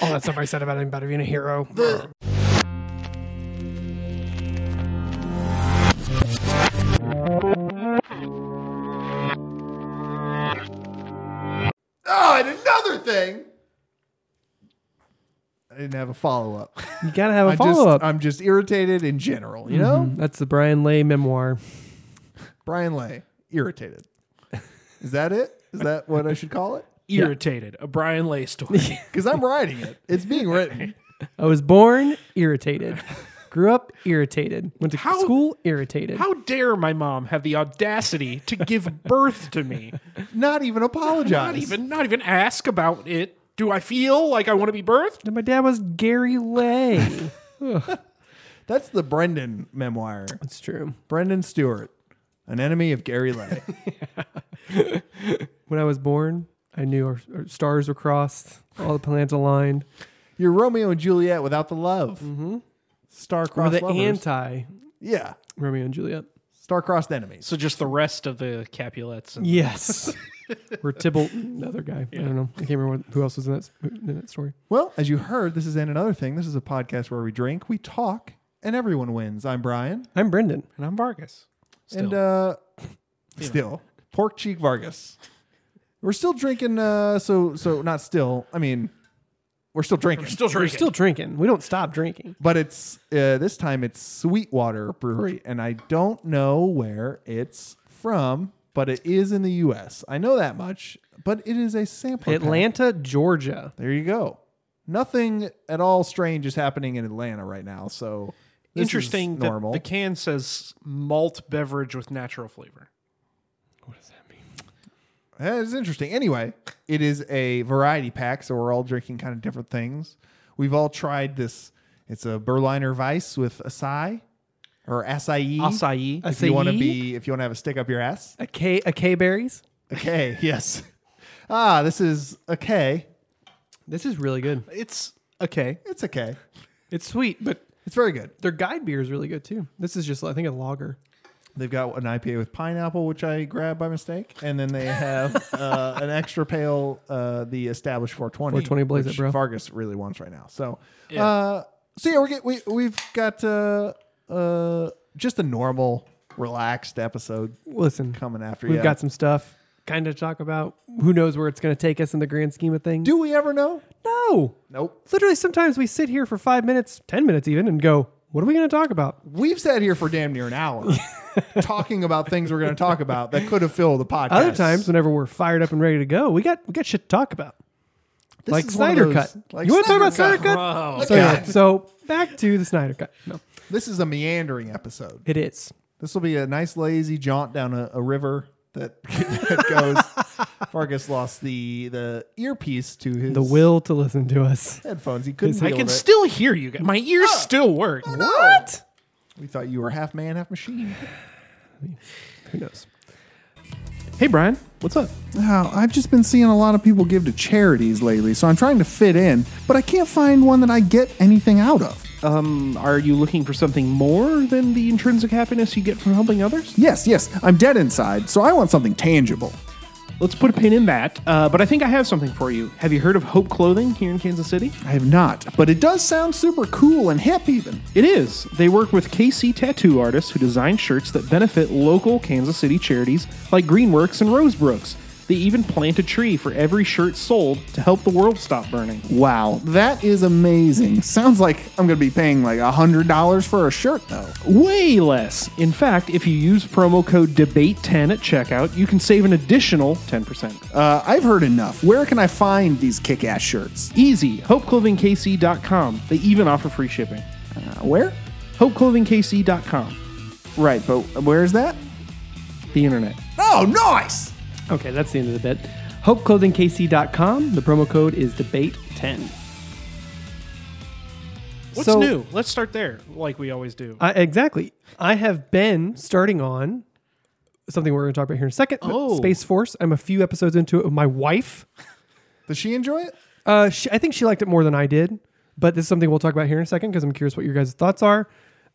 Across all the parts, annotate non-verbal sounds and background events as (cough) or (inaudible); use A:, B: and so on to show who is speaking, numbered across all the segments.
A: all that stuff Oh, I said about him, about being a hero.
B: The- Oh, and another thing. I didn't have a follow up.
A: you gotta have a Mm-hmm.
B: I
A: follow
B: just
A: up.
B: (laughs) I'm just irritated in general, you know?
A: That's the Brian Lay memoir.
B: Brian Lay,
A: (laughs)
B: irritated. Is that it? Is that what I should call it?
C: Irritated, a Brian Lay (laughs) story.
B: Because I'm writing it. It's being written.
A: I was born irritated, grew up irritated, went to
C: How-
A: school irritated.
C: How dare my mom have the audacity to give birth to me?
B: Not even apologize.
C: Not even, not even ask about it. Do I feel like I want to be birthed?
A: And my dad was Gary (laughs) Lay.
B: That's the Brendan memoir.
A: That's true.
B: Brendan Stewart, an enemy of Gary Lay.
A: When I was born, I knew our, our stars were crossed, all the planets aligned.
B: You're Romeo and Juliet without the love.
A: We're
B: Star-crossed
A: Mm-hmm. the
B: lovers.
A: anti
B: yeah.
A: Romeo and Juliet.
B: Star-crossed enemies.
C: So just the rest of the Capulets.
A: (laughs)
C: And
A: Yes. We're Tybalt, another guy. I don't know. I can't remember what, who else was in that, in that story.
B: Well, as you heard, this is in another thing. This is a podcast where we drink, we talk, and everyone wins. I'm Brian.
A: I'm Brendan.
C: And I'm Vargas. Still.
B: And uh still. Pork cheek Vargas. We're still drinking uh so so not still. I mean we're still drinking.
C: still
A: We're
C: drinking.
A: still drinking. We don't stop drinking.
B: but it's uh, this time it's Sweetwater Brewery, and I don't know where it's from, but it is in the U.S. I know that much, but it is a sampler. pack.
A: Atlanta, Georgia.
B: There you go. Nothing at all strange is happening in Atlanta right now, so this is
C: Interesting. that
B: normal.
C: the can says malt beverage with natural flavor.
A: What does that mean?
B: That is interesting. Anyway, it is a variety pack, so we're all drinking kind of different things. We've all tried this. It's a Berliner Weiss with acai or acai.
C: Acai.
B: If you want to
A: Acai?
B: be, if you want to have a stick up your ass.
A: A K, a K berries.
B: Okay. (laughs) yes. Ah, this is okay.
A: This is really good.
C: It's okay.
B: It's okay.
A: It's sweet, but
B: It's very good.
A: their guide beer is really good too. This is just, I think, a lager.
B: They've got an IPA with pineapple, which I grabbed by mistake, and then they have uh, an extra pale, uh, the established 420.
A: 420 blaze it,
B: which
A: bro.
B: Vargas really wants right now. So,
C: Yeah.
B: uh, so yeah, we're get, we we've got uh, uh, just a normal, relaxed episode
A: Listen,
B: coming after
A: we've
B: ya.
A: got some stuff kind of talk about. Who knows where it's going to take us in the grand scheme of things?
B: Do we ever know?
A: no.
B: Nope.
A: Literally, sometimes we sit here for five minutes, 10 minutes even, and go, what are we going to talk about?
B: We've sat here for damn near
A: (laughs)
B: an hour talking about things we're going to talk about that could have filled the podcast.
A: Other times, whenever we're fired up and ready to go, we got we got shit to talk about.
B: This
A: like
B: is one of
A: Snyder
B: those-
A: Cut.
B: like
A: you want to talk about Snyder Cut?
C: Oh,
A: So, yeah, so back to the Snyder Cut. No,
B: This is a meandering episode.
A: it is.
B: This will be a nice lazy jaunt down a, a river that, (laughs) that goes.
A: (laughs)
B: Vargas lost the the earpiece to his
A: The will to listen to us.
B: headphones. He couldn't.
C: I
B: deal
C: can
B: with it.
C: still hear you guys. My ears still work.
A: What?
B: We thought you were half man, half machine.
A: Who knows?
C: Hey, Brian. What's up?
B: Now I've just been seeing a lot of people give to charities lately, so I'm trying to fit in, but I can't find one that I get anything out of.
C: Um, are you looking for something more than the intrinsic happiness you get from helping others?
B: Yes, yes, I'm dead inside, so I want something tangible.
C: Let's put a pin in that. Uh, but I think I have something for you. Have you heard of Hope Clothing here in Kansas City?
B: I have not, but it does sound super cool and hip, even.
C: It is. They work with KC tattoo artists who design shirts that benefit local Kansas City charities like Greenworks and Rosebrooks. They even plant a tree for every shirt sold to help the world stop burning.
B: Wow, that is amazing. Sounds like I'm gonna be paying like a hundred dollars for a shirt though.
C: Way less. In fact, if you use promo code DEBATE10 at checkout, you can save an additional 10%.
B: Uh, I've heard enough. Where can I find these kick-ass shirts?
C: Easy. HopeClothingKC.com. They even offer free shipping.
B: Uh, where?
C: HopeClothingKC.com.
B: Right, but where is that?
C: The internet.
B: Oh, nice.
A: Okay, that's the end of the bit. HopeClothingKC.com. The promo code is debate10.
C: What's
A: So-
C: new? Let's start there, like we always do.
A: I, exactly. I have been starting on something we're going to talk about here in a second. but
C: Oh.
A: Space Force. I'm a few episodes into it with my wife.
B: Does she enjoy it?
A: Uh, she, I think she liked it more than I did, but this is something we'll talk about here in a second because I'm curious what your guys' thoughts are.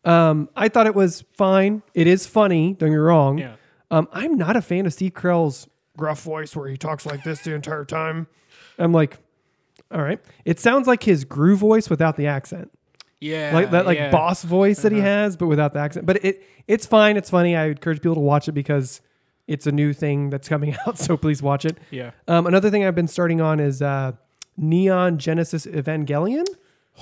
A: Um, I thought it was fine. It is funny. Don't get me wrong.
C: Yeah.
A: Um, I'm not a fan of Steve Carell's gruff voice where he talks like this the entire time. I'm like, All right. It sounds like his Gru voice without the accent.
C: Yeah.
A: like that like
C: yeah. Uh-huh.
A: boss voice that he has, but without the accent. But it it's fine. It's funny. I encourage people to watch it because it's a new thing that's coming (laughs) out. So please watch it.
C: Yeah.
A: Um, another thing I've been starting on is uh, Neon Genesis Evangelion.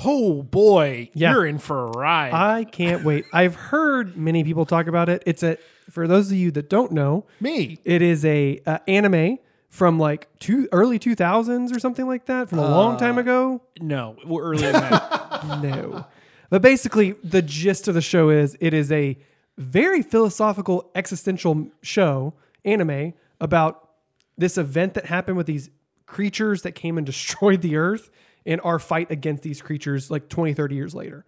C: Oh boy,
A: Yeah.
C: you're in for a ride.
A: I
C: (laughs)
A: can't wait. I've heard many people talk about it. It's a for those of you that don't know,
B: Me.
A: it is a uh, anime from like two early two thousands or something like that from a long
C: Uh,
A: time ago.
C: no, we're
A: (laughs)
C: earlier than that.
A: no. But basically, the gist of the show is it is a very philosophical, existential show, anime, about this event that happened with these creatures that came and (laughs) destroyed the earth and our fight against these creatures like 20, 30 years later.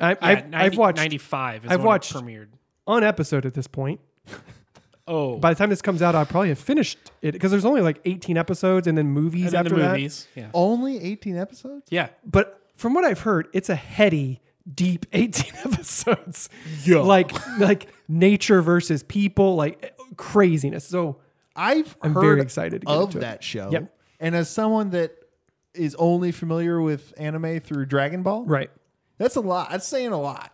A: I,
C: Yeah,
A: I've,
C: 90
A: I've watched
C: 95.
A: I've
C: Is when it
A: watched-
C: premiered.
A: an episode at this point.
C: Oh,
A: By the time this comes out, I probably have finished it because there's only like 18 episodes and then movies
C: and then the
A: after that. Oh.
C: movies. Yeah.
B: Only 18 episodes?
C: Yeah.
A: but from what I've heard, it's a heady, deep (laughs) 18 episodes.
C: Yo.
A: Like like nature versus people, like eh, craziness. So
B: I've
A: I'm
B: heard
A: very excited to get
B: of
A: into it.
B: that show.
A: Yep.
B: And as someone that is only familiar with anime through Dragon Ball,
A: right.
B: that's a lot. That's saying a lot.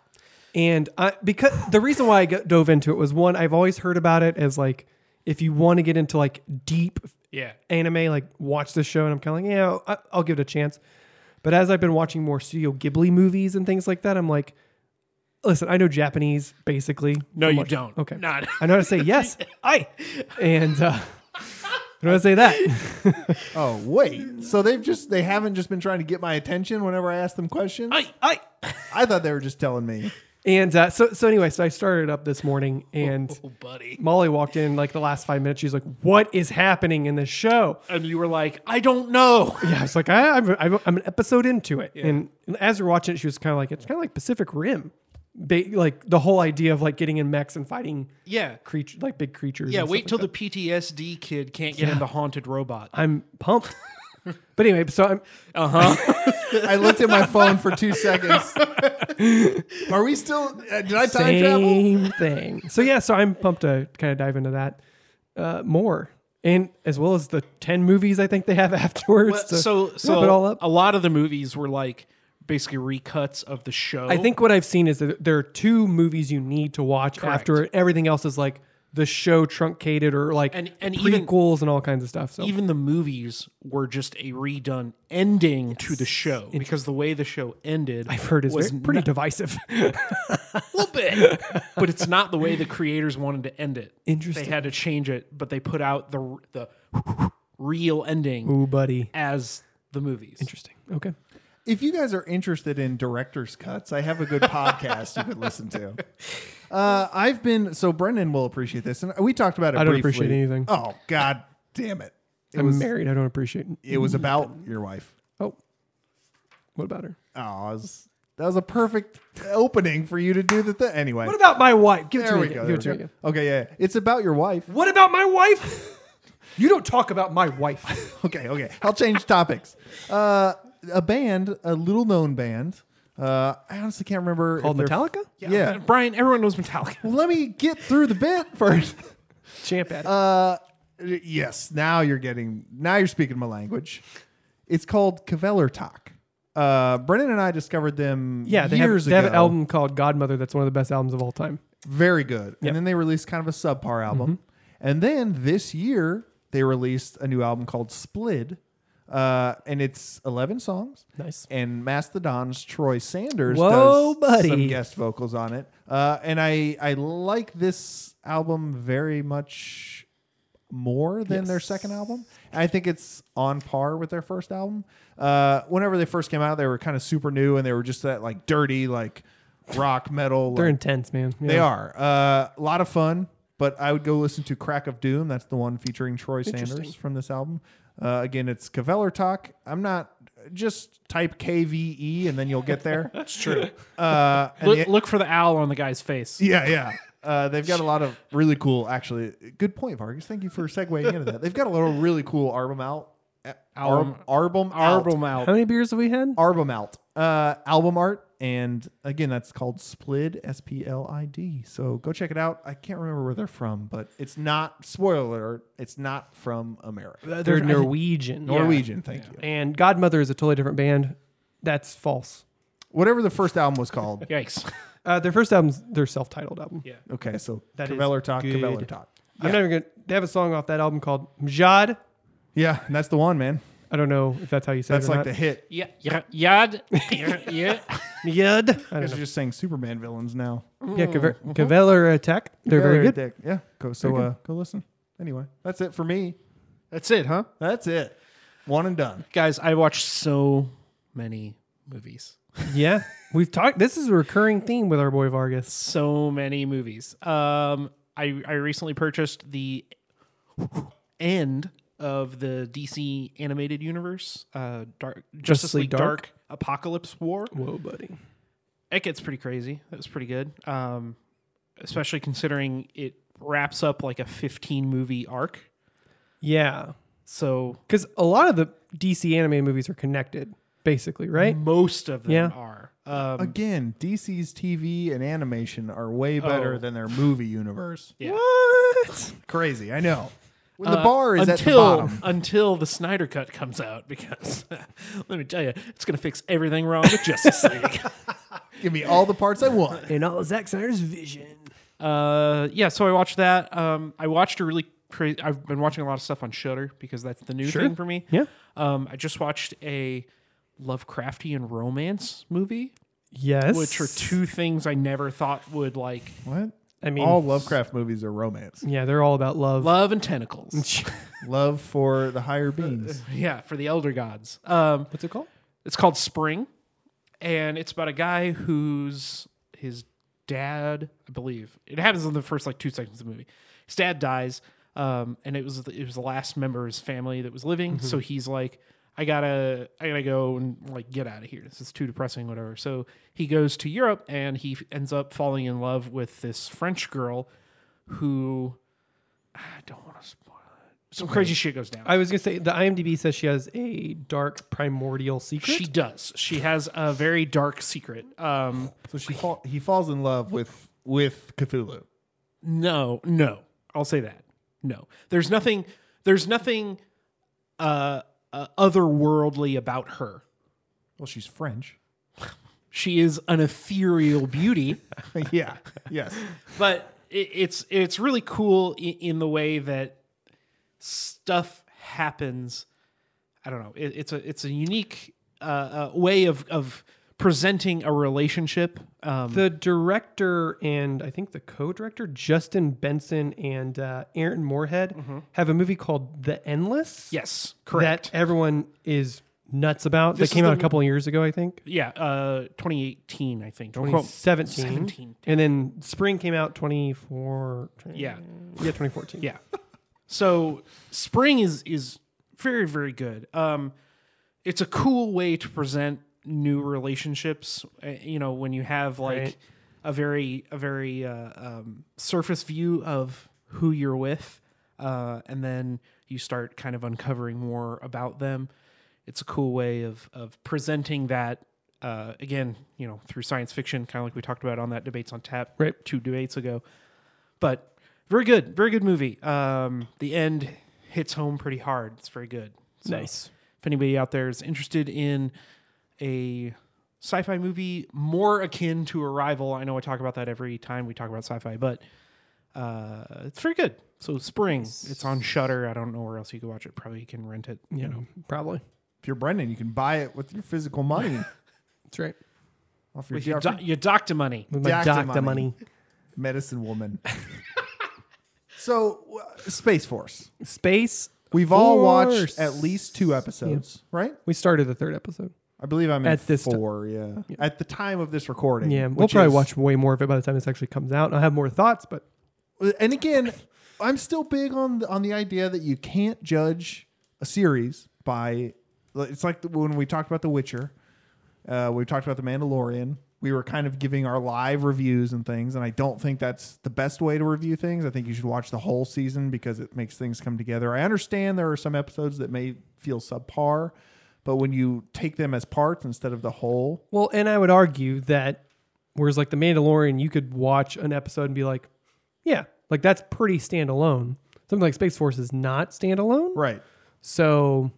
A: And I because the reason why I got, dove into it was one I've always heard about it as like if you want to get into like deep
C: Yeah.
A: anime, like watch this show, and I'm kind of like, yeah, I- I'll give it a chance. But as I've been watching more Studio Ghibli movies and things like that, I'm like, listen, I know Japanese basically.
C: No,
A: From
C: you
A: watch-
C: don't.
A: Okay,
C: Not-
A: (laughs) I know how to
C: (laughs)
A: say yes, I, and uh, (laughs) I know how to say that. (laughs)
B: Oh, wait. So they've just they haven't just been trying to get my attention whenever I ask them questions. I,
C: I.
B: thought they were just telling me.
A: And uh, so, so anyway, so I started up this morning, and
C: Oh, buddy.
A: Molly walked in like the last five minutes. She's like, "What is happening in this show?"
C: And you were like, I don't know. (laughs)
A: Yeah, I was like, I, I'm, I'm I'm an episode into it. And as we we're watching it, she was kind of like, it's kind of like Pacific Rim. Ba- like the whole idea of like getting in mechs and fighting
C: Yeah.
A: creature, like big creatures.
C: Yeah.
A: and
C: Wait
A: stuff
C: till
A: like
C: the PTSD kid can't get into
A: (laughs)
C: haunted robot. Uh-huh.
A: that. I'm
C: (laughs)
A: pumped. but anyway, so I'm,
C: Uh,
B: I looked at my phone for two seconds. Are we still? uh, Did I time travel?
A: same thing. So yeah, so I'm pumped to kind of dive into that uh, more, and as well as the ten movies I think they have (laughs) afterwards.
C: Well,
A: to
C: so
A: wrap
C: so
A: it all up.
C: a lot of the movies were like basically recuts of the show.
A: I think what I've seen is that there are two movies you need to watch after everything else is like the show truncated or like
C: And- and even-
A: prequels and all kinds of stuff. So
C: even the movies were just a redone ending to the show because the way the show ended
A: I've heard is (laughs)
C: was
A: very, pretty
C: (laughs)
A: divisive.
C: a little bit, (laughs) but it's not the way the creators wanted to end it.
A: Interesting.
C: They had to change it, but they put out the the (laughs) real ending
A: Ooh, buddy.
C: as the movies.
A: Interesting. Okay.
B: If you guys are interested in director's cuts, I have a good podcast you could listen to. Uh, I've been so Brendan will appreciate this, and we talked about it.
A: I don't
B: briefly.
A: appreciate anything.
B: Oh God, damn it! It
A: I'm
B: was
A: married. I don't appreciate.
B: it was about your wife.
A: Oh, what about her?
B: Oh, I was, that was a perfect opening for you to do the thing. Anyway,
A: What about my wife? Give it
B: there
A: to
B: we
A: me.
B: go.
A: again.
B: there
A: Give it to
B: we
A: me.
B: go.
A: again.
B: Okay, yeah, yeah. it's about your wife.
A: What about my wife? you don't talk about my wife. (laughs)
B: Okay, okay. I'll change topics. Uh, a band, a little known band. Uh, I honestly can't remember. if
A: Called
B: they're-
A: Metallica.
B: Yeah.
C: Brian, everyone knows Metallica.
B: Well, let me get through the bit (laughs) first.
A: Champ at it.
B: Uh, yes. Now you're getting. Now you're speaking my language. It's called Caveller Talk. Uh, Brennan and I discovered them.
A: yeah, they,
B: years
A: have, they have
B: ago.
A: an album called Godmother. That's one of the best albums of all time.
B: very good.
A: Yep. Mm-hmm.
B: And then they released kind of a subpar album. And then this year they released a new album called Split, uh, and it's eleven songs.
A: Nice.
B: And Mastodon's Troy Sanders
A: Whoa,
B: does
A: buddy.
B: some guest vocals on it. Uh, and I I like this album very much more than their second album. I think it's on par with their first album. Uh, whenever they first came out, they were kind of super new and they were just that like dirty like rock metal.
A: They're
B: like,
A: intense, man.
B: they are. Uh, a lot of fun, but I would go listen to Crack of Doom. That's the one featuring Troy Sanders from this album. Uh, again, it's Caveller Talk. I'm not just type KVE and then you'll get there. (laughs) That's true. Uh, and
C: Look,
B: the-
C: look for the owl on the guy's face.
B: yeah, yeah. Uh, they've got a lot of really cool, actually. Good point, Vargas. Thank you for segueing into that. They've got a lot of really cool album out uh, album album
C: Album
A: (laughs)
C: out.
A: How many beers have we had?
B: album out uh, album art and again that's called splid s-p-l-i-d so go check it out i can't remember where they're from but it's not spoiler alert, it's not from america
A: They're Norwegian.
B: norwegian thank you
A: And Godmother is a totally different band. That's false.
B: whatever the first album was called (laughs)
C: Yikes.
A: Uh, their first album's their self-titled album.
C: Yeah.
B: okay so
A: That is
B: Kveller talk
A: good.
B: Kveller talk
A: I'm not even gonna. They have a song off that album called Mjad.
B: yeah and that's the one man
A: I don't know if that's how you say
B: that's
A: it. or
B: like
A: not.
B: the hit
C: Yeah. Yeah. Yad. Yeah. yeah.
A: Mjad. I don't
B: because
A: know.
B: you're just saying superman villains now
A: Yeah, Caver- Caveller Attack. They're very
B: Kveller
A: good.
B: Attack. yeah go so uh, go listen anyway that's it for me
C: That's it, huh?
B: that's it one and done
C: (laughs) Guys, I watched so many movies.
A: Yeah, we've talked. This is a recurring theme with our boy Vargas.
C: So many movies. Um, I, I recently purchased the end of the DC animated universe, uh, Dark Justice,
A: Justice League
C: League Dark. Apocalypse War.
A: Whoa, buddy.
C: It gets pretty crazy. That was pretty good. Um, especially considering it wraps up like a 15 movie arc.
A: Yeah,
C: So
A: because a lot of the DC anime movies are connected, basically, right?
C: most of them
A: Yeah.
C: are. Um,
B: Again, DC's TV and animation are way better
C: Oh.
B: than their movie universe.
C: yeah.
A: What?
B: Crazy, I know. When the
C: Uh,
B: bar is at
C: until
B: the bottom.
C: until the Snyder cut comes out because (laughs) let me tell you it's going to fix everything wrong with Justice
B: (laughs)
C: League.
B: Give me all the parts I
C: (laughs)
B: want.
A: In all Zack Snyder's vision.
C: uh, yeah, so I watched that. Um, I watched a really crazy. I've been watching a lot of stuff on Shudder because that's the new thing for me.
A: Yeah.
C: Um, I just watched a Lovecraftian romance movie,
A: Yes.
C: which are two things I never thought would like
B: What?
A: I mean,
B: All Lovecraft movies are romance.
A: yeah, they're all about love.
C: love and tentacles.
B: Love for the higher
C: (laughs)
B: beings.
C: yeah, for the elder gods. Um,
A: What's it called?
C: It's called Spring, and it's about a guy who's his dad, I believe. It happens in the first like two seconds of the movie. His dad dies, um, and it was the, it was the last member of his family that was living. So he's like, I gotta I gotta go and like get out of here. This is too depressing, whatever. So he goes to Europe, and he f- ends up falling in love with this French girl, who I don't want to spoil. it. Some crazy shit goes down.
A: I was gonna say the IMDb says she has a dark primordial secret.
C: she does. She has a very dark secret. Um,
B: So she fall, he falls in love with with Cthulhu.
C: No, no. I'll say that. No. There's nothing there's nothing uh, uh otherworldly about her.
B: Well, she's French. (laughs)
C: She is an ethereal beauty, (laughs)
B: yeah. Yes.
C: but it, it's it's really cool in, in the way that stuff happens. I don't know. It, it's a it's a unique uh, uh, way of of presenting a relationship. Um,
A: The director and I think the co-director Justin Benson and uh, Aaron Moorhead have a movie called The Endless.
C: yes, Mm-hmm. correct.
A: That everyone is nuts about.
C: This
A: that came
C: is
A: out
C: the-
A: a couple of years ago, I think.
C: yeah, uh, 2018, I think. Don't quote-
A: 2017.
C: 17.
A: And then Spring came out 24.
C: Yeah.
A: Yeah, 2014.
C: (laughs) Yeah. So spring is is very very good. Um, it's a cool way to present new relationships. uh, You know, when you have like
A: Right.
C: a very a very uh, um, surface view of who you're with, uh, and then you start kind of uncovering more about them. It's a cool way of of presenting that. Uh, again, you know, through science fiction, kind of like we talked about on that debates on tap
A: Right.
C: two debates ago but very good, very good movie. Um, the end hits home pretty hard. It's very good. So
A: Nice.
C: If anybody out there is interested in a sci-fi movie more akin to Arrival, I know I talk about that every time we talk about sci-fi, but uh, it's very good. So Spring, it's on Shutter. I don't know where else you can watch it. Probably you can rent it.
A: You know, probably.
B: If you're Brendan, you can buy it with your physical
C: (laughs)
B: money.
A: That's right.
B: off your,
C: With your,
B: Jeffrey
C: doc- your doctor money.
A: With my
B: Doctor
A: doctor
B: money.
A: money.
B: medicine
C: (laughs)
B: woman. so, uh, Space Force.
A: Space.
B: We've all
A: Force.
B: watched at least two episodes, right?
A: We started the third episode.
B: I believe I'm
A: At
B: in
A: this ti-
B: four. yeah. at the time of this recording.
A: Yeah, we'll
B: which
A: probably
B: is-
A: watch way more of it by the time this actually comes out. and I'll have more thoughts, but
B: And again, I'm still big on the, on the idea that you can't judge a series by. It's like the, when we talked about The Witcher. Uh, we talked about The Mandalorian. we were kind of giving our live reviews and things, and I don't think that's the best way to review things. I think you should watch the whole season because it makes things come together. I understand there are some episodes that may feel subpar, but when you take them as parts instead of the whole,
A: Well, and I would argue that whereas like the Mandalorian, you could watch an episode and be like, yeah, like that's pretty standalone. Something like Space Force is not standalone.
B: right?
A: So,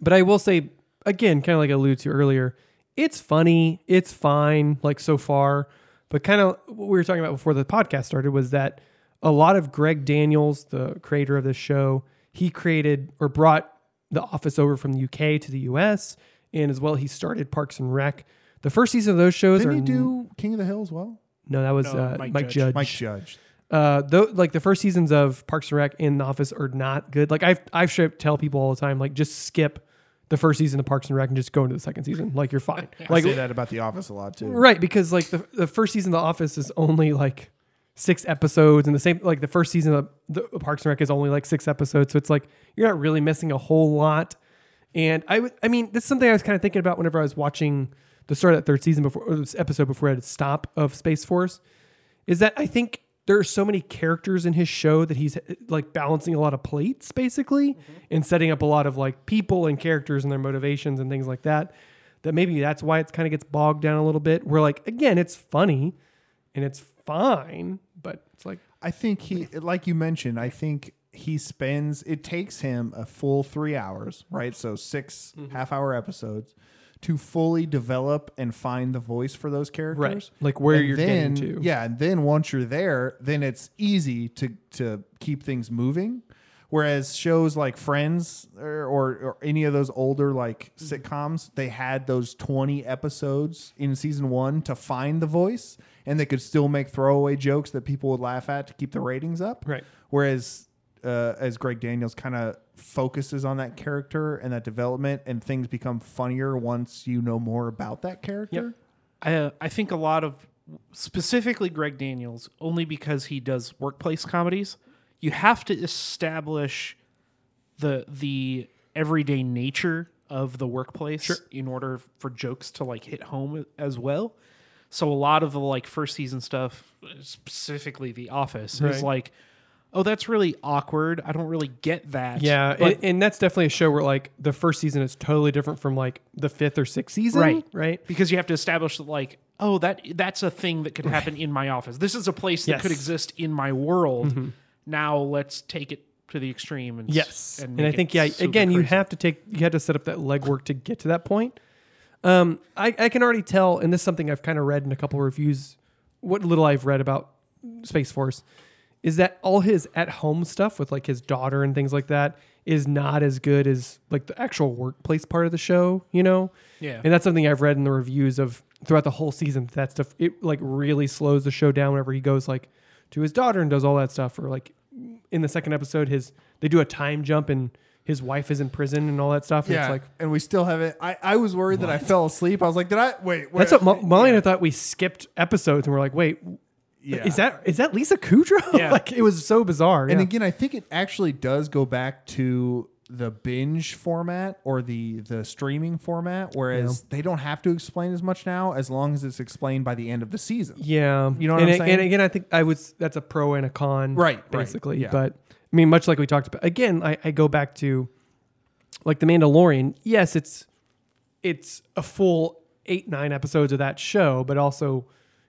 A: but I will say again, kind of like I alluded to earlier, it's funny, it's fine, like so far. But kind of what we were talking about before the podcast started was that a lot of Greg Daniels, the creator of this show, he created or brought The Office over from the UK to the US, and as well he started Parks and Rec. The first season of those shows
B: Didn't
A: are
B: you do King of the Hill as well?
A: no, that was
C: No,
A: uh, Mike,
C: Mike Judge.
A: Judge.
B: Mike Judge.
A: Uh, though, like the first seasons of Parks and Rec and The Office are not good. Like I've I've sh- tell people all the time, like just skip the first season of Parks and Rec and just go into the second season. Like you're fine.
B: (laughs) I
A: like
B: say that about The Office a lot too.
A: right because like the the first season of The Office is only like six episodes, and the same like the first season of the of Parks and Rec is only like six episodes. So it's like you're not really missing a whole lot. And I would I mean this is something I was kind of thinking about whenever I was watching the start of that third season before or this episode before I had to stop of Space Force is that I think there are so many characters in his show that he's like balancing a lot of plates basically
C: Mm-hmm.
A: and setting up a lot of like people and characters and their motivations and things like that that maybe that's why it kind of gets bogged down a little bit where like again it's funny and it's fine but it's like
B: I think he, like you mentioned, I think he spends, it takes him a full three hours, right? So 6 half hour episodes to fully develop and find the voice for those characters.
A: like where
B: And
A: you're
B: then,
A: getting to
B: Yeah. And then once you're there, then it's easy to, to keep things moving. Whereas shows like Friends or, or, or any of those older like sitcoms, they had those 20 episodes in season one to find the voice and they could still make throwaway jokes that people would laugh at to keep the ratings up.
A: Right.
B: Whereas uh, as Greg Daniels kind of focuses on that character and that development and things become funnier once you know more about that character.
C: I, uh, I think a lot of specifically Greg Daniels, only because he does workplace comedies, you have to establish the the everyday nature of the workplace in order for jokes to like hit home as well. So a lot of the like first season stuff, specifically The Office,
A: Right.
C: is like, oh, that's really awkward. I don't really get that.
A: yeah
C: But-
A: and, and that's definitely a show where like the first season is totally different from like the fifth or sixth season
C: Right.
A: right
C: because you have to establish that like oh that that's a thing that could happen in my office this is a place that
A: Yes. Mm-hmm.
C: could exist in my world now let's take it to the extreme and s-
A: Yes, and, I
C: make it
A: think yeah.
C: super
A: Again, you
C: crazy.
A: have to take you had to set up that legwork to get to that point. Um, I, I can already tell, and this is something I've kind of read in a couple of reviews. What little I've read about Space Force is that all his at home stuff with like his daughter and things like that is not as good as like the actual workplace part of the show. You know,
C: Yeah.
A: and that's something I've read in the reviews of throughout the whole season. That stuff it like really slows the show down whenever he goes like to his daughter and does all that stuff, or like in the second episode, his they do a time jump and his wife is in prison and all that stuff. And
B: Yeah,
A: it's like
B: and we still haven't. I, I was worried that I fell asleep. I was like, did I wait? wait
A: that's what Mo- Molly and I thought we skipped episodes and we're like, wait,
B: Yeah.
A: is that is that Lisa Kudrow?
C: Yeah.
A: (laughs) like it was so bizarre.
B: And
A: yeah.
B: again, I think it actually does go back to the binge format or the the streaming format, whereas they don't have to explain as much now, as long as it's explained by the end of the season.
A: Yeah,
B: You know what
A: and
B: I'm
A: a-
B: saying?
A: And again, I think I was that's a pro and a con,
B: Right, right,
A: Basically,
B: yeah.
A: but I mean, much like we talked about again, I, I go back to like the Mandalorian. Yes, it's it's a full eight nine episodes of that show, but also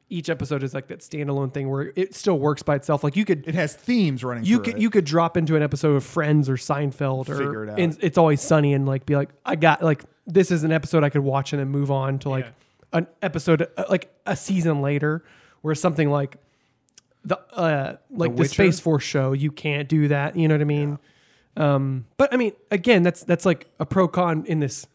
A: each episode is like that standalone thing where it still works by itself. Like you could
B: It has themes running.
A: you
B: through
A: could
B: it.
A: you could drop into an episode of Friends or Seinfeld or
B: Figure it out.
A: and it's always sunny and like be like I got like this is an episode I could watch and then move on to like an episode uh, like a season later where something like the uh like the,
B: Witcher?
A: Space Force show you can't do that you know what I mean um but I mean again that's that's like a pro con in this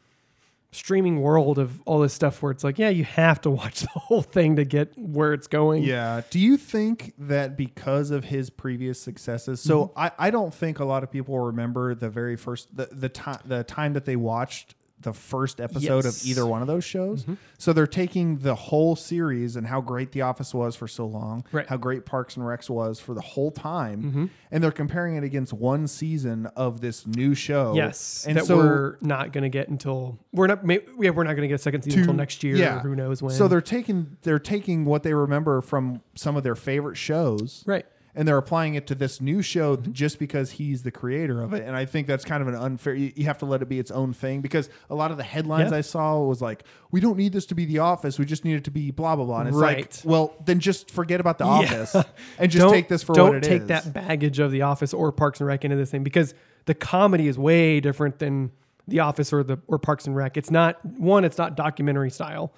A: streaming world of all this stuff where it's like yeah you have to (laughs) watch the whole thing to get where it's going
B: Yeah. Do you think that because of his previous successes? So
A: Mm-hmm.
B: I, I don't think a lot of people remember the very first the the time the time that they watched the first episode
C: Yes.
B: of either one of those shows.
A: Mm-hmm.
B: So they're taking the whole series and how great The Office was for so long,
A: Right. Mm-hmm.
B: how great Parks and Recs was for the whole time, and they're comparing it against one season of this new show.
A: Yes,
B: and
A: that
B: so
A: we're not going to get until we're not. May, yeah, we're not going to get a second season until next year. or who knows when?
B: So they're taking they're taking what they remember from some of their favorite shows,
A: right.
B: and they're applying it to this new show
A: Mm-hmm.
B: just because he's the creator of it. And I think that's kind of an unfair. You you have to let it be its own thing because a lot of the headlines
A: Yeah.
B: I saw was like, "We don't need this to be The Office. We just need it to be blah blah blah." And it's
A: Right.
B: like, well, then just forget about The
A: Yeah. (laughs)
B: Office and just take this for
A: don't
B: what it is. (laughs)
A: take that baggage of The Office or Parks and Rec into this thing because the comedy is way different than The Office or the or Parks and Rec. It's not one. It's not documentary style.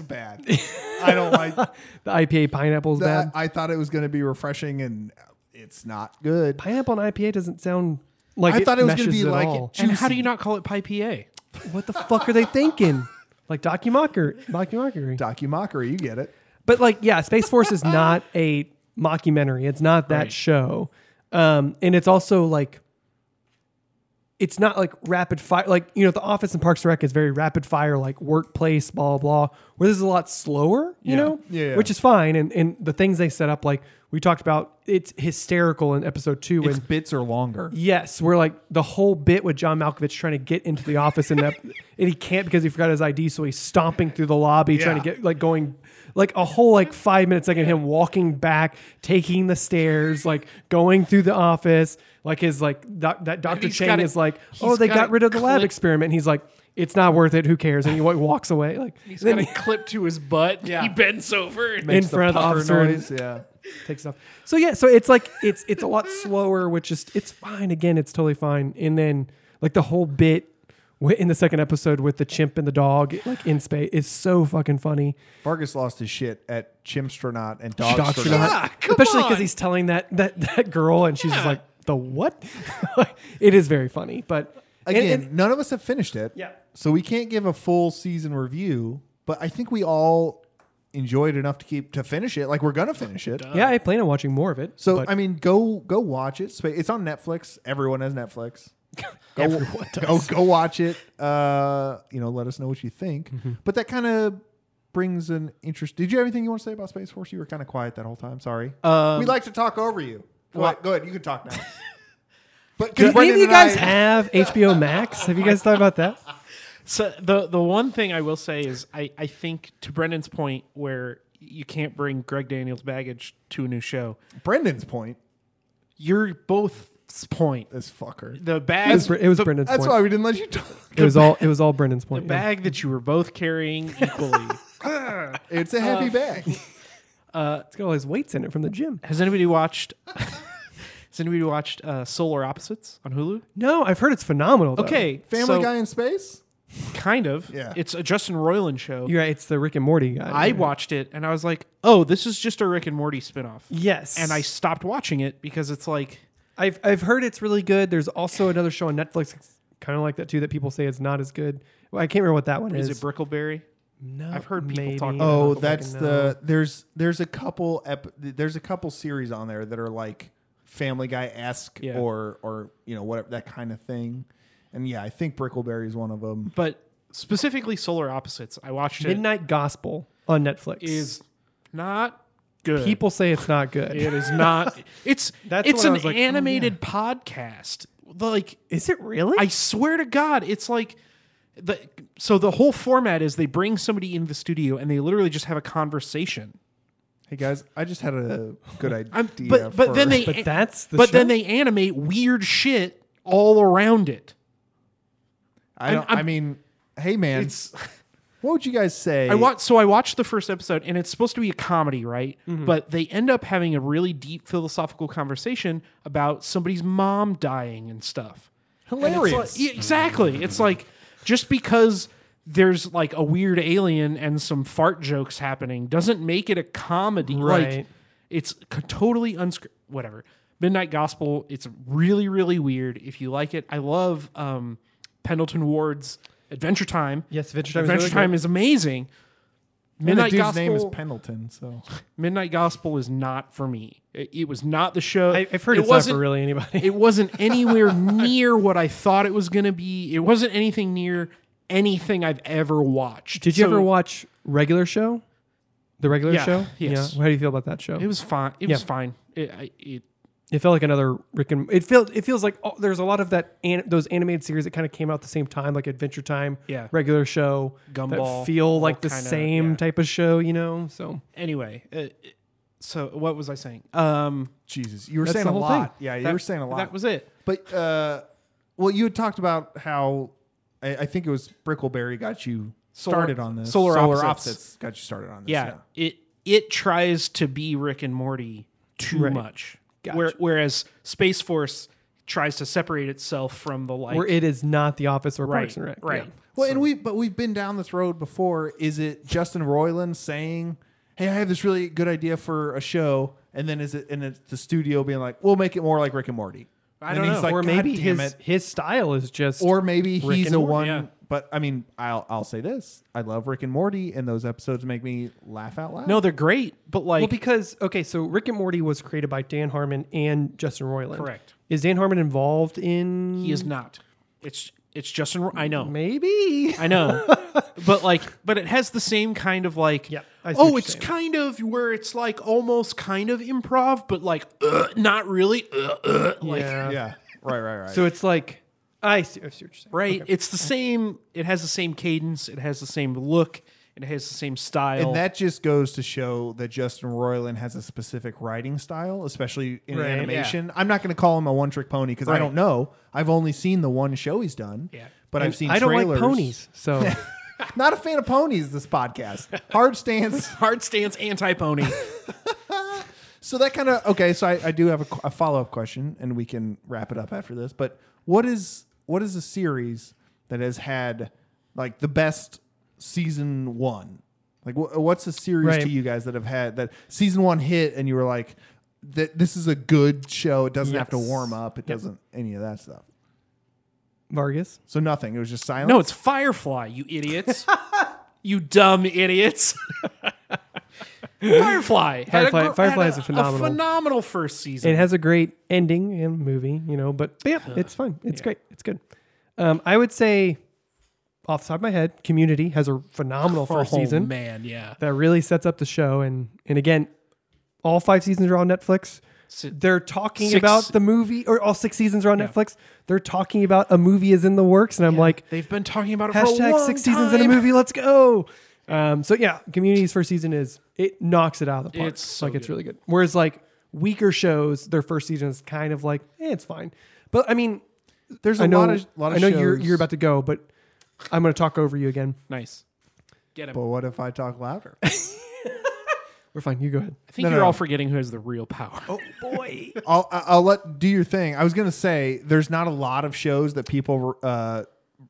A: (laughs)
B: bad. I don't like
A: The IPA pineapple is
B: that.
A: bad.
B: I thought it was going to be refreshing, and it's not good.
A: Pineapple and IPA doesn't sound like
B: I
A: it
B: thought it was gonna
A: meshes
B: be
A: at
B: like
A: all.
C: And how do you not call it PyPA?
A: What the fuck are they thinking? Like documocker, mockumentary.
B: Documockery, you get it.
A: But like, yeah, Space Force is not a mockumentary. It's not that
C: Right.
A: show, um, and it's also like, it's not like rapid fire. Like you know, The Office and Parks and Rec is very rapid fire, like workplace, blah blah. blah where this is a lot slower, you know,
B: Yeah, yeah.
A: which is fine. And and the things they set up, like we talked about, it's hysterical in episode two
B: Its
A: when
B: bits are longer.
A: Yes, we're like the whole bit with John Malkovich trying to get into the office
C: (laughs)
A: and that, and he can't because he forgot his ID, so he's stomping through the lobby trying to
B: Yeah.
A: get like going, like a whole like five minutes like of him walking back, taking the stairs, like going through the office, like his like doc, that Doctor
C: he's
A: Chang
C: gotta-
A: is like,
C: he's
A: oh, they got
C: gotta
A: rid of the lab
C: click-
A: experiment. And he's like, it's not worth it. Who cares? And he like, walks away like
C: He's
A: then
C: got a clip to his butt.
B: Yeah.
C: He bends over. and-
A: in front of the
B: puffer
A: officer. and-
B: noise, yeah.
A: takes off. So yeah, so it's like it's it's a lot slower, which is it's fine. Again, it's totally fine. And then like the whole bit wi- in the second episode with the chimp and the dog, like in space, is so fucking funny.
B: Vargas lost his shit at Chimstronaut and
A: Doctor,
B: Dogstronaut.
C: come
A: especially because
C: on.
A: he's telling that that that girl, and she's just
C: Yeah.
A: like the what? (laughs) it is very funny, but and-
B: Again,
A: and-
B: none of us have finished it.
A: Yeah.
B: So we can't give a full season review, but I think we all enjoyed enough to keep to finish it. Like we're gonna finish it.
A: yeah, I plan on watching more of it.
B: uh,
A: (laughs)
B: So
A: but
B: I mean, go go watch it. Spa- It's on Netflix. Everyone has Netflix. Go, go go watch it. Uh, you know, let us know what you think.
A: Mm-hmm.
B: But that kind of brings an interest. Did you have anything you want to say about Space Force? You were kind of quiet that whole time. Sorry.
A: Um,
B: we like to talk over you. Go ahead, go ahead. You can talk
A: (laughs)
B: now. but
A: do any of
B: Brendan
A: you
B: and
A: guys
B: I-
A: have HBO Max? Have you guys thought about that?
C: So the the one thing I will say is I, I think to Brendan's point where you can't bring Greg Daniels baggage to a new show.
B: Brendan's point
C: You're both point.
B: is fucker.
C: The
A: It was,
C: bag
A: Br- it was
C: the,
A: Brendan's
B: That's
A: point.
B: why we didn't let you (laughs) talk.
A: it was all it was all Brendan's point.
C: the
A: yeah.
C: bag that you were both carrying equally.
B: It's a heavy (laughs) bag.
A: It's got all his weights in it from the gym.
C: (laughs) Has anybody watched (laughs) Has anybody watched uh, Solar Opposites on Hulu?
A: No, I've heard it's phenomenal. Though.
C: Okay,
B: Family
C: so
B: Guy in space.
C: kind of.
B: Yeah.
C: It's a Justin Roiland show.
A: You're right, it's the Rick and Morty guy.
C: I watched it and I was like, "Oh, this is just a Rick and Morty spinoff."
A: Yes,
C: And I stopped watching it because it's like
A: I've I've heard it's really good. There's also another show on Netflix, kind of like that too, that people say it's not as good. Well, I can't remember what that one
C: is
A: is.
C: it Brickleberry?
A: no,
C: I've heard people talk about
A: I'll
B: Oh,
A: go back
B: that's
A: and know.
B: the there's there's a couple ep, there's a couple series on there that are like Family Guy esque
C: Yeah.
B: or or you know whatever that kind of thing. And yeah, I think Brickleberry is one of them.
C: but specifically Solar Opposites. I watched it.
A: Midnight Gospel on Netflix.
C: Is not good.
A: people say it's not good?
C: it is not. It's
A: That's
C: it's
A: what I
C: an
A: was like, oh, yeah.
C: animated podcast. Like
A: (laughs) Is it really?
C: I swear to God, it's like the so the whole format is they bring somebody into the studio and they literally just have a conversation.
B: Hey guys, I just had a (laughs) good idea.
C: I'm, but but
B: for-
C: then they
A: But that's the
C: but
A: show?
C: then they animate weird shit all around it.
B: I don't.
C: I'm-
B: I mean, hey man,
C: It's
B: (laughs) what would you guys say?
C: I watched so I watched the first episode and it's supposed to be a comedy, right?
B: Mm-hmm.
C: But they end up having a really deep philosophical conversation about somebody's mom dying and stuff.
B: hilarious.
C: It's like- yeah, exactly. It's like just because there's like a weird alien and some fart jokes happening doesn't make it a comedy. Like
A: Right.
C: it's c- totally unscripted. Whatever. Midnight Gospel. It's really really weird. If you like it, I love um, Pendleton Ward's Adventure Time.
A: yes, Adventure Time.
C: Adventure
A: is really
C: Time
A: good.
C: is amazing.
B: And the
C: Midnight
B: dude's
C: Gospel.
B: name is Pendleton, so
C: Midnight Gospel is not for me. It, it was not the show.
A: I, I've heard
C: it
A: it's not
C: wasn't.
A: for really anybody.
C: It wasn't
A: (laughs)
C: anywhere near what I thought it was going to be. It wasn't anything near anything I've ever watched.
A: Did you
C: So
A: ever watch regular show? The regular
C: Yeah,
A: show.
C: yes.
A: How do you feel about that show?
C: It was fine. It was fine. It, I, it,
A: It felt like another Rick and it felt it feels like oh, there's a lot of that an, those animated series that kind of came out at the same time, like Adventure Time,
C: Yeah.
A: regular show,
C: Gumball,
A: that feel
C: all
A: like the
C: kinda-
A: same
C: yeah.
A: type of show, you know. So
C: anyway, uh, it- so what was I saying? Um,
B: (laughs) Jesus, you were
A: That's
B: saying
A: the
B: a
A: whole
B: lot.
A: thing.
B: Yeah, you
C: that-
B: were saying a lot.
C: That was it.
B: But uh, well, you had talked about how I, I think it was Brickleberry got you
C: Solar-
B: started on this.
C: Solar
B: Solar
C: Opposites.
B: got you started on this.
C: Yeah, it it tries to be Rick and Morty too much. Where, whereas Space Force tries to separate itself from the like
A: where it is not The Office or
C: right,
A: Parks and Rec,
C: right.
A: Yeah.
B: Well, and we but we've been down this road before. Is it Justin Roiland saying, "Hey, I have this really good idea for a show," and then is it and it's the studio being like, "We'll make it more like Rick and Morty."
C: I
B: And
C: don't
B: he's
C: know.
B: Like,
A: or maybe
B: God damn
A: his
B: it.
A: his style is just
B: or maybe
A: Rick
B: he's
A: and
B: a
A: Morty,
B: one.
C: yeah.
B: But I mean, I'll I'll say this: I love Rick and Morty, and those episodes make me laugh out loud.
C: No, they're great, but like
A: well because okay, so Rick and Morty was created by Dan Harmon and Justin Roiland.
C: Correct.
A: Is Dan Harmon involved in?
C: he is not. It's it's Justin. Ro- I
B: (laughs)
C: know.
A: maybe. (laughs)
C: I know. but like but it has the same kind of like
A: Yeah, I see what
C: oh,
A: you're
C: it's
A: saying.
C: kind of where it's like almost kind of improv, but like uh, not really. Uh, uh, like
B: Yeah. Right. Right. Right.
A: So it's like I see, I see what you're saying.
C: right? It's the same. It has the same cadence. It has the same look. It has the same style.
B: And that just goes to show that Justin Roiland has a specific writing style, especially in
A: Right.
B: animation. I'm not going to call him a one trick pony because I
C: Right.
B: don't know. I've only seen the one show he's done.
C: Yeah.
B: But
A: And
B: I've seen
A: I don't
B: trailers.
A: like ponies, so
B: (laughs) Not a fan of ponies, this podcast. Hard
A: (laughs)
B: stance.
C: hard stance anti pony.
B: So that kind of, okay, so I, I do have a, follow up question and we can wrap it up after this. But what is what is a series that has had like the best season one? Like, wh- what's a series
A: Right.
B: to you guys that have had that season one hit and you were like, that this is a good show. It doesn't have to
C: Yes.
B: warm up. It doesn't any of that stuff.
A: Vargas.
B: So nothing. It was just silence.
C: no, it's Firefly. You
A: (laughs)
C: idiots. you dumb idiots. Firefly. had
A: Firefly-
C: gr- had
A: Firefly
C: a-
A: is a phenomenal-
C: a phenomenal first season.
A: It has a great ending and movie, you know, but yeah, it's fun. It's great. It's good. Um, I would say, off the top of my head, Community has a phenomenal first
C: oh,
A: season
C: Man, yeah.
A: that really sets up the show. And and again, all five seasons are on Netflix.
C: Si-
A: They're talking
C: Six.
A: about the movie, or all six seasons are on Netflix. They're talking about a movie is in the works, and I'm like,
C: They've been talking about it for a
A: hashtag
C: long
A: six seasons in a
C: time.
A: movie. Let's go. Um, so yeah, Community's first season is it knocks it out of the park.
C: It's so
A: like it's
C: good.
A: really good. Whereas like weaker shows, their first season is kind of like eh, it's fine. But I mean,
B: There's a
A: I know
B: lot of lot of
A: I know you're
B: shows,
A: you're about to go, but I'm going to talk over you again.
C: Nice. Get him.
B: But what if I talk louder?
A: We're fine. You go ahead.
C: I think
B: no,
C: you're
B: no.
C: all forgetting who has the real power. (laughs) Oh boy.
B: I'll I- I'll let do your thing. I was gonna say there's not a lot of shows that people uh,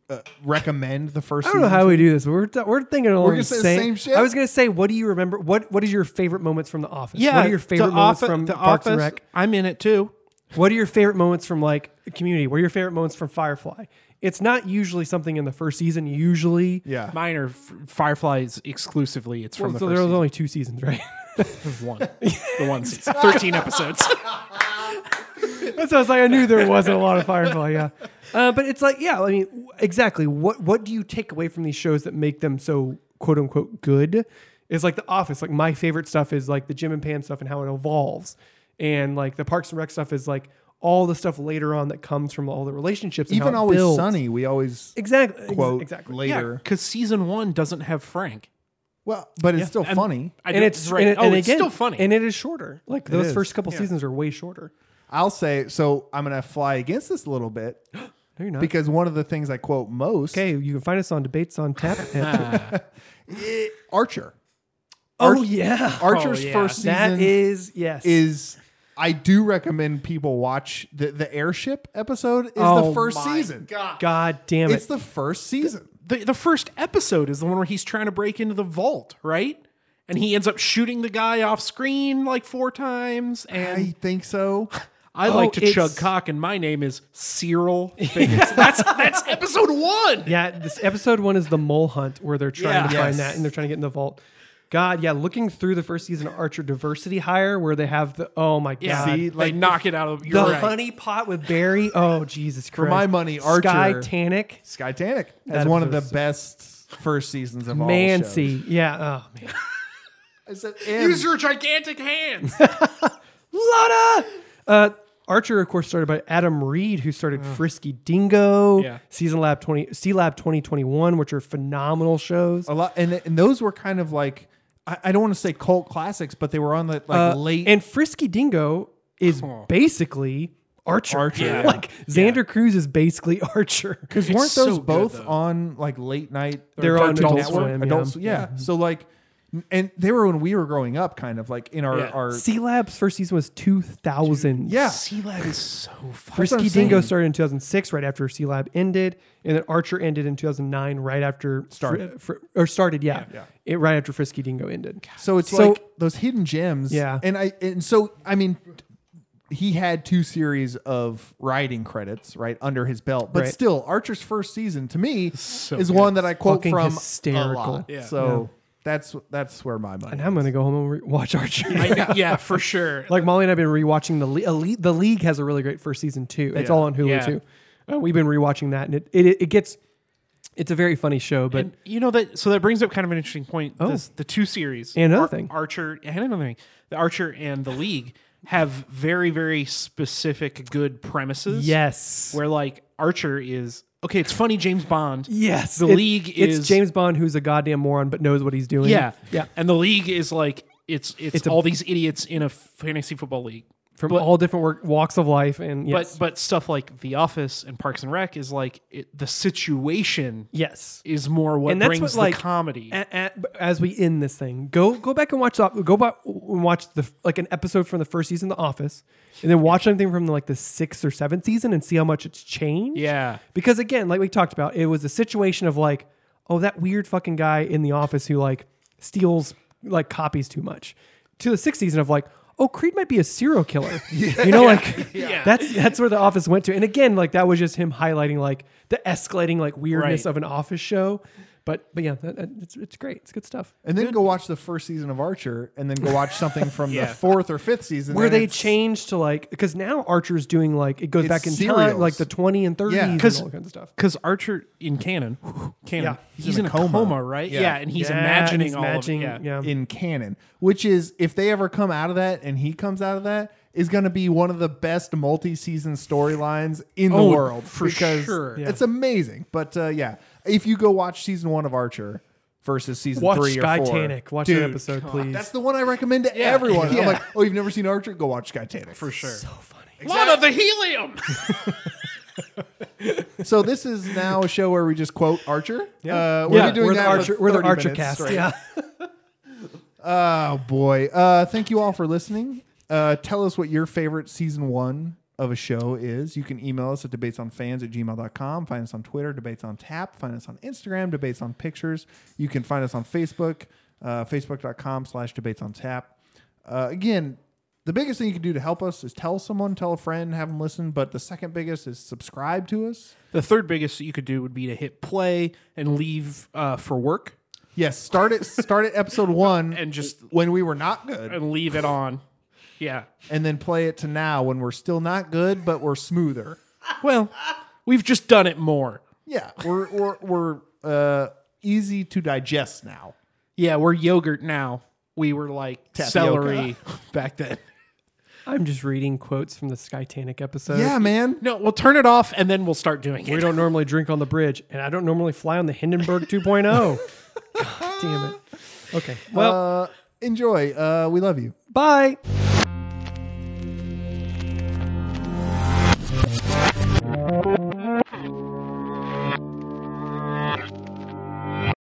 B: uh, recommend the first.
A: (laughs) I don't know how we do this, but we're, t- we're thinking along
B: gonna
A: the
B: say the
A: same,
B: same shit?
A: I was going to say, what do you remember? What What is your favorite moments from The Office?
C: Yeah.
A: What are your favorite
C: the
A: moments
C: Offi-
A: from
C: the
A: Parks and
C: Office?
A: Rec?
C: I'm in it too.
A: What are your favorite moments from like Community? What are your favorite moments from Firefly? It's not usually something in the first season. Usually,
B: Yeah,
C: Mine are f- Fireflies exclusively. It's from
A: Well,
C: the
A: so
C: first
A: there was only two seasons, right? (laughs)
C: season. one, the one season, thirteen episodes. (laughs)
A: That's what I was like. I knew there wasn't a lot of Firefly. Yeah, uh, but it's like, yeah, I mean, w- exactly. What What do you take away from these shows that make them so quote unquote good? Is like The Office. Like my favorite stuff is like the Jim and Pam stuff and how it evolves, and like the Parks and Rec stuff is like all the stuff later on that comes from all the relationships. And
B: even
A: how it
B: always
A: builds.
B: sunny. We always
A: Exactly. ex-
B: quote
A: Exactly.
C: yeah,
B: later.
C: because season one doesn't have Frank.
B: Well, but it's still
C: And-
B: funny.
C: I
A: and
C: don't-
A: it's
C: right.
A: and, it-
C: oh,
A: and
C: it's
A: again,
C: still funny.
A: and it is shorter. Like those
B: is.
A: first couple seasons are way shorter.
B: I'll say so. I'm gonna fly against this a little bit
A: No, you're not.
B: because one of the things I quote most
A: okay, you can find us on debates on tap. (laughs) at-
B: Archer.
A: oh yeah,
B: Archer's
C: yeah.
B: first season
A: that is yes.
B: is- I do recommend people watch the the airship episode. Is
A: Oh
B: the first
A: my
B: season.
A: God damn it!
B: It's the first season.
C: the the first episode is the one where he's trying to break into the vault, right? And he ends up shooting the guy off screen like four times.
B: I
C: And
B: think so.
C: I, like to
A: it's-
C: chug cock, and my name is Cyril. (laughs) Figgins. that's that's episode one.
A: yeah, this episode one is the mole hunt where they're trying to
C: Yeah.
A: find
C: Yes.
A: that and they're trying to get in the vault. God, yeah, looking through the first season of Archer Diversity Hire, where they have the oh my god,
C: Yeah,
B: See,
C: they
B: like
C: knock it out of you're
A: the
C: right.
A: honey pot with Barry. Oh Jesus Christ! For
B: my money,
A: Sky
B: Archer-
A: Tanic,
B: Skytanic as
A: That
B: one of the
A: episode's-
B: best first seasons of all shows.
A: Mancy, yeah, oh man,
B: I said,
C: Use your gigantic (laughs) hands.
A: Lotta. Uh, Archer, of course, started by Adam Reed, who started Frisky Dingo,
C: Yeah.
A: Season Lab twenty, C Lab twenty twenty one, which are phenomenal shows.
B: a lot, and, and those were kind of like I, I don't want to say cult classics, but they were on the like
A: Uh,
B: Oh, late.
A: And Frisky Dingo is
C: Huh.
A: basically Archer. (laughs)
B: Archer, Yeah.
A: like Xander Cruz is basically (laughs) Archer.
B: because weren't
C: It's so
B: those
C: good,
B: both
C: though.
B: on like late night? or
A: They're on
B: Cartoon
A: Adult
B: Network?
A: Swim,
B: Adult
A: yeah. Mm-hmm.
B: Swim, yeah. So like, and they were when we were growing up, kind of like in our
C: Yeah.
B: our
A: C Lab's first season was 2000.
B: yeah.
C: C Lab is so fun.
B: That's what
A: Frisky
B: I'm saying.
A: Dingo started in 2006, right after C Lab ended, and then Archer ended in 2009, right after
B: Started.
A: Fr- fr- or started, yeah,
B: Yeah.
A: It, right after Frisky Dingo ended.
B: So it's
A: So-
B: like those hidden gems.
A: Yeah.
B: And I and so I mean he had two series of writing credits, right, under his belt. But
A: Right.
B: still, Archer's first season to me
C: So
B: is
C: good.
B: one that I quote
A: Fucking
B: from a
A: hysterical.
B: lot.
C: Yeah.
B: So that's that's where my money.
A: And I'm gonna go home and re- watch (laughs) Archer.
C: I, (laughs) yeah, for sure.
A: like Molly and I've been rewatching the Le- Elite. The League has a really great first season too. It's all on Hulu
C: Yeah.
A: too. Uh, we've been rewatching that, and it, it it gets it's a very funny show. But
C: And you know that so that brings up kind of an interesting point. This, the two series
A: And another
C: Ar-
A: thing.
C: Archer and another thing, the Archer and the League have very very specific good premises.
A: yes,
C: where like Archer is okay. It's funny James Bond.
A: yes,
C: the
A: It-
C: League
A: It's
C: is-
A: James Bond who's a goddamn moron but knows what he's doing.
C: Yeah,
A: yeah,
C: And the League is like it's it's,
A: It's a-
C: all these idiots in a fantasy football league.
A: from
C: But-
A: all different work, walks of life, and yes,
C: But but stuff like The Office and Parks and Rec is like it, the situation
A: yes.
C: is more what
A: And that's
C: brings
A: what,
C: the
A: like,
C: comedy.
A: A- a- as we end this thing, go go back and watch the, go back and watch the like an episode from the first season of The Office, and then watch something from like the sixth or seventh season and see how much it's changed.
C: yeah,
A: Because again, like we talked about, it was a situation of like, oh, that weird fucking guy in the office who like steals like copies too much. To the sixth season of like, oh, Creed might be a serial
C: (laughs)
A: killer. You know, like
C: Yeah.
A: that's that's where the office went to. And again, like that was just him highlighting like the escalating like weirdness
C: Right.
A: of an office show. But but yeah, that, that- it's it's great. It's good stuff.
B: and then go watch the first season of Archer and then go watch something from
C: (laughs) Yeah.
B: the fourth or fifth season.
A: Where
B: and
A: they
B: it's-
A: changed to like because now Archer's doing like it goes
B: It's
A: back in time
B: serials.
A: like the twenty and thirties
B: Yeah.
A: and
C: Because-
A: all kinds of stuff.
C: because Archer in canon, (sighs) canon,
A: Yeah.
C: he's, in, a coma, right?
B: Yeah.
C: Yeah, and he's
A: Yeah,
C: imagining
A: he's
C: all
A: matching-
C: of it. Yeah.
A: yeah.
B: in canon, which is if they ever come out of that and he comes out of that, is going to be one of the best multi-season storylines in
C: Oh,
B: the world
C: for
B: because
C: sure. Yeah.
B: It's amazing. But uh, yeah, if you go watch season one of Archer versus season
A: Watch
B: three or four,
A: Skytanic. Watch
B: dude,
A: that episode, please.
B: That's the one I recommend to everyone. I'm like, oh, you've never seen Archer? Go watch Skytanic
C: for sure.
A: so funny.
C: Lot of the helium.
B: So this is now a show where we just quote Archer. Yeah, uh, we're
A: yeah,
B: doing
A: we're
B: that
A: the
B: for
A: Archer, we're the
B: 30
A: Archer
B: minutes
A: cast.
B: straight.
A: Yeah.
B: Oh boy! Uh, thank you all for listening. Uh, tell us what your favorite season one of a show is. You can email us at debatesonfans at gmail.com. Find us on Twitter, debates on tap. Find us on Instagram, debates on pictures. You can find us on Facebook, uh, facebook.com slash debates on tap. Uh, again, the biggest thing you can do to help us is tell someone, tell a friend, have them listen. But the second biggest is subscribe to us.
C: (laughs) the third biggest that you could do would be to hit play and leave uh, for work
B: Yes, start at start at episode one
C: And just-
B: when we were not good.
C: and leave it on. Yeah.
B: and then play it to now when we're still not good, but we're smoother.
C: Well, we've just done it more.
B: Yeah, we're we're, we're uh, easy to digest now.
C: Yeah, we're yogurt now. We were like
B: Tapioca.
C: celery back then.
A: I'm just reading quotes from the Skytanic episode.
B: Yeah, man.
C: No, we'll turn it off and then we'll start doing
A: We
C: it.
A: don't normally drink on the bridge, and I don't normally fly on the Hindenburg 2.0.
B: (laughs)
A: God damn it. Okay. Well,
B: Uh, enjoy. Uh, we love you.
A: bye.